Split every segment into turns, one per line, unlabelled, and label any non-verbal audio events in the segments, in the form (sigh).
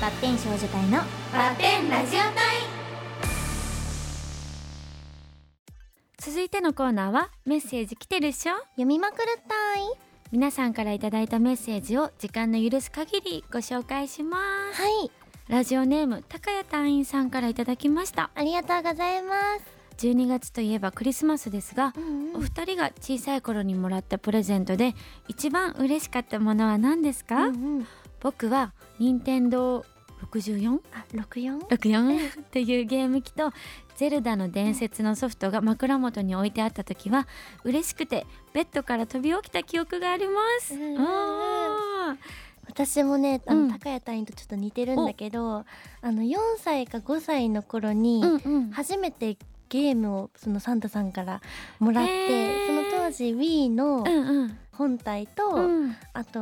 バッテン少女隊の
バッテンラジオ隊
続いてのコーナーはメッセージ来てるっしょ
読みまくるたい
皆さんからいただいたメッセージを時間の許す限りご紹介します
はい
ラジオネーム高谷隊員さんからいただきました
ありがとうございます
12月といえばクリスマスですが、
んうん
お二人が小さい頃にもらったプレゼントで一番嬉しかったものは何ですか、
うんうん、
僕は任天堂 64?
あ六四
64っていうゲーム機と「ゼルダの伝説」のソフトが枕元に置いてあった時は嬉しくてベッドから飛び起きた記憶があります。
うんうんうん
あ
私もねあの、
うん
高谷隊員とちょっと似てるんだけどあの4歳か5歳の頃に、
ーうんうん
初めてゲームをそのサンタさんからもらって、
へー
その当時 Wii の
うん
本体と、
うんうん
あと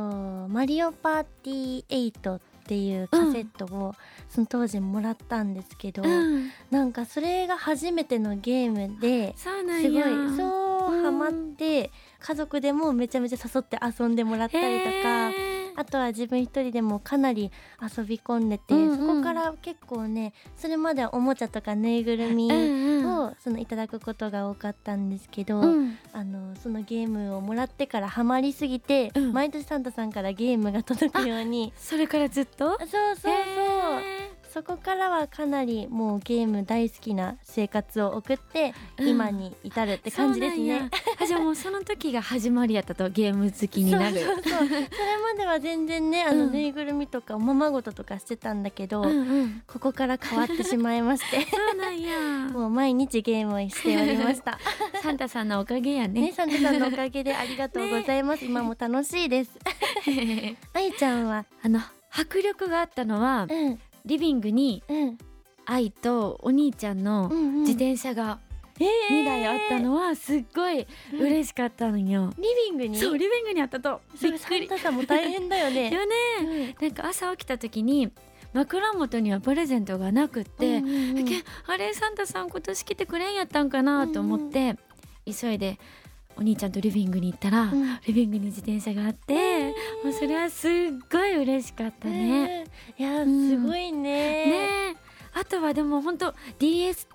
「マリオパーティー8」っていうカセットをその当時もらったんですけど、
うん
なんかそれが初めてのゲームで
そう
す
な
ご
ん
い
や
そうハマって家族でもめちゃめちゃ誘って遊んでもらったりとか。
へー
あとは自分一人でもかなり遊び込んでて、
うんうん
そこから結構ねそれまではおもちゃとかぬいぐるみ
う
を
んうん
そのいただくことが多かったんですけど、
うん
あのそのゲームをもらってからハマりすぎて、
うん
毎年サンタさんからゲームが届くように
それからずっと
そうそうそう、
へ
そこからはかなりもうゲーム大好きな生活を送って、
うん
今に至るっ
ー
て感じです
そうなん
ね
や。あじゃあもうその時が始まりやったとゲーム好きになる。
そうそうそうそれまでは全然ねあの、
うん
ぬいぐるみとかおままごととかしてたんだけど、
うんうん
ここから変わってしまいまして (laughs)
そうなんや。
もう毎日ゲームをしておりました
サンタさんのおかげや
(laughs) ね
ね。
サンタさんのおかげでありがとうござい (laughs) ます、今も楽しいです
(laughs)
あいちゃんは
あの迫力があったのは
うん
リビングに
うん
愛とお兄ちゃんの
うんうん
自転車が
え
2台あったのはすっごい嬉しかったのよ。
リビングに
そうリビングにあったと
そ
び
れ
っ
サ
く
ン
り。
タさんも大変だよね
よね。なんか朝起きた時に枕元にはプレゼントがなくって、
うんうんうん
けあれサンタさん今年来てくれんやったんかなと思って、急いでお兄ちゃんとリビングに行ったら、
うん
リビングに自転車があって、もうそれはすっごい嬉しかったね。
うんいや
ん
すごいね、
ねえあとはでも本当 DS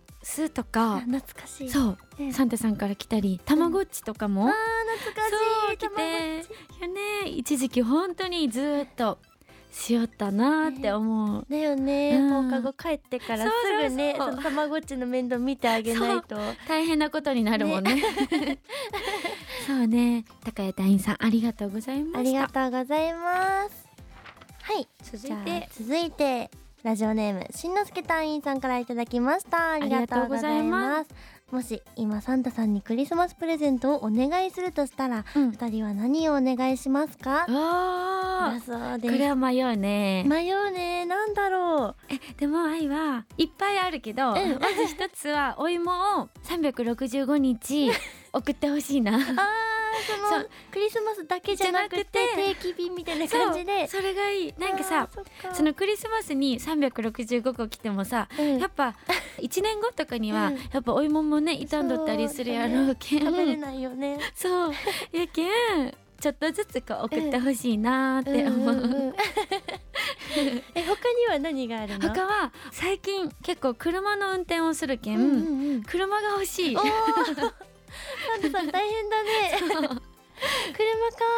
とか
懐かしい
そう
うん
サンタさんから来たりたまごっちとかも、
あー懐かし
そう
い
来て
卵
よね一時期本当にずっとしよったなって思う、
だよね、
うん
放課後帰ってからすぐね
そうそうそう
そのたまごっちの面倒見てあげないと
大変なことになるもんね (laughs) そうね高谷隊員さんありがとうございました
ありがとうございますはい
続
じゃあ続いてラジオネームしんのすけ隊員さんからいただきましたありがとうござい
あ
ますもし今サンタさんにクリスマスプレゼントをお願いするとしたら
うん
二人は何をお願いしますかだ
あ
そう
ー
です
これは迷うね、
迷うねなんだろ
でも愛はいっぱいあるけど、
うん
まず一つはお芋を365日
(laughs)
送ってほしいな
うあーそ
そ
の
う
クリスマスだけじゃなくて
じゃなくて
定期便みたいな感じで
そうそれがいいなんか
あ
さ
ーそっか
そのクリスマスに365個来てもさ
うん
やっぱ1年後とかに
う
は
ん
やっぱお芋もね傷んどったりするやろうけん
食べれないよね
そうやけんちょっとずつこう送ってほしいなーって思う,、
ん
(laughs)
んんえ他には何があるの
他は最近結構車の運転をするけん、
うんうんうん
車が欲しい
おお、サンタさん大変だね。 (laughs) 車か。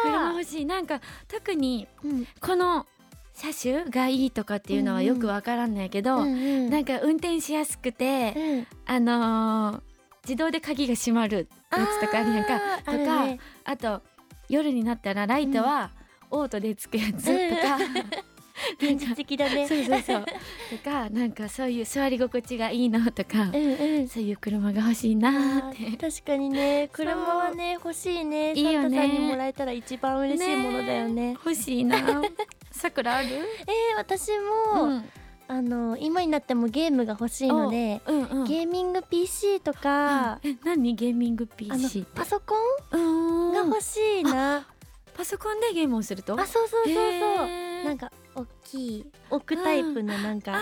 車欲しいなんか特に
うん
この車種がいいとかっていうのはよくわからんのやけど、
うんうん
なんか運転しやすくて、
うん
あのー自動で鍵が閉まるやつとかあるやんか
あー
と
ある
かあ,、
ね
と夜になったらライトはオートでつくやつとか、
現実的だ
(laughs)
ね。
そうそうそうとかなんかそういう座り心地がいいのとか、
(laughs) うんうん。
そういう車が欲しいなーっ
あ
て
ー確かにね車はね欲しいね
いいよね
サンタさんにもらえたら一番嬉しいものだよね
え欲しい
(laughs)
なさくらある、
えー私も、
うん
あの今になってもゲームが欲しいので
うんうん、
ゲーミング PC とか、
え何ゲーミング
あの
PC って
パソコ
うー
ン
ん
が欲しいな、
パソコンでゲームをすると
あそうそうそうそう
へー
なんか大きい置くタイプのなんか、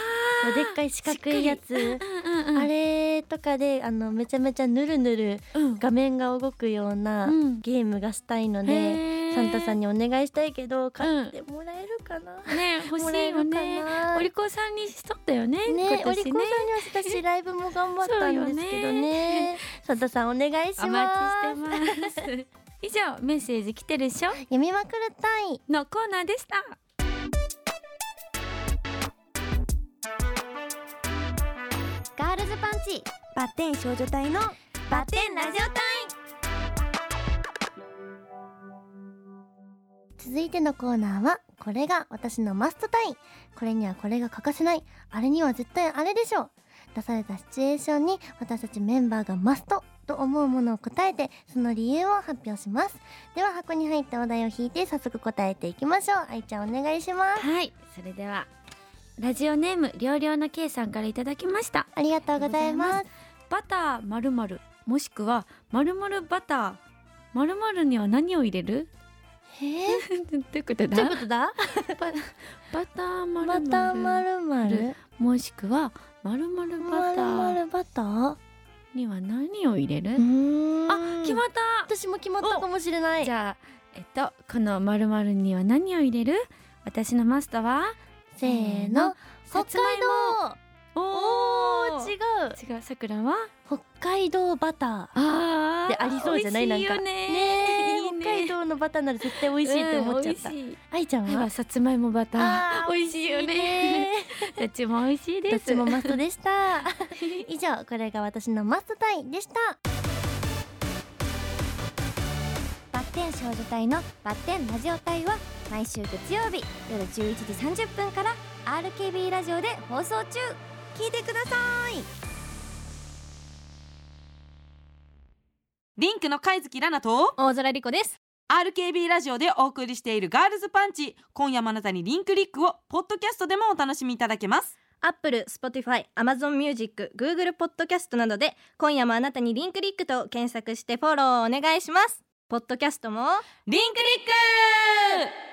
でっかい四角いやつ
うんうんうん
あれとかであのめちゃめちゃぬるぬる
うん
画面が動くような
うん
ゲームがしたいので、
へね
サンタさんにお願いしたいけど
うん
買ってもらえるかな、 (laughs)
ね欲し
もら
い
え
よ
るか
ね
な
お利口さんにしとったよね
ね
今年
お利口さんには私ライブも頑張ったんですけど
そうよ
ね
ね
サンタさんお願いし
お
ます
待ちしてます (laughs) 以上メッセージ来てるっしょ
読みまくる単位
のコーナーでした
ガールズパンチ
バッテン少女隊の
バッテンラジオ隊
続いてのコーナーはこれが私のマストタインこれにはこれが欠かせないあれには絶対あれでしょう出されたシチュエーションに私たちメンバーがマストと思うものを答えてその理由を発表しますでは箱に入ったお題を引いて早速答えていきましょう愛ちゃんお願いします
はいそれではラジオネームりょうりょうな K さんからいただきました
ありがとうございます
バターまるまるもしくはまるまるバターまるまるには何を入れる (laughs)
え
どういうこと
ー、どうい
だ
うことだ
バターま
バ
る
ター
ま
ま
る
るまる
もしくはまるまる
ま
バタ
るま
ー
るバター
には何を入れる
うーん
あ決まった
私も決まったかもしれない
じゃあえっとこのまるまるには何を入れる私のマスターは
せーの北
さ
海
つまい
道
もおー
違う
違うさくらは
北海道バタ
あ
ーでありそうじゃない
美
な
味しい
んか
よね
ねえ
いいね
北海道のバターなら絶対美味しいって思っちゃった
うん美味しい
愛ちゃん
はいは
は
さつまいもバター
あー
美味しいよね (laughs) どっちも美味しいです
どっちもマストでした
(laughs)
以上これが私のマストタイでした
バッテン少女隊のバッテンラジオ隊は毎週月曜日夜11時30分から RKB ラジオで放送中聞いてください
リンクの貝月ラナと
大空莉子です
RKB ラジオでお送りしているガールズパンチ今夜もあなたにリンクリックをポッドキャストでもお楽しみいただけます
アップル、スポティファイ、アマゾンミュージック、グーグルポッドキャストなどで、今夜もあなたにリンクリックと検索してフォローお願いします。ポッドキャストも
リンクリック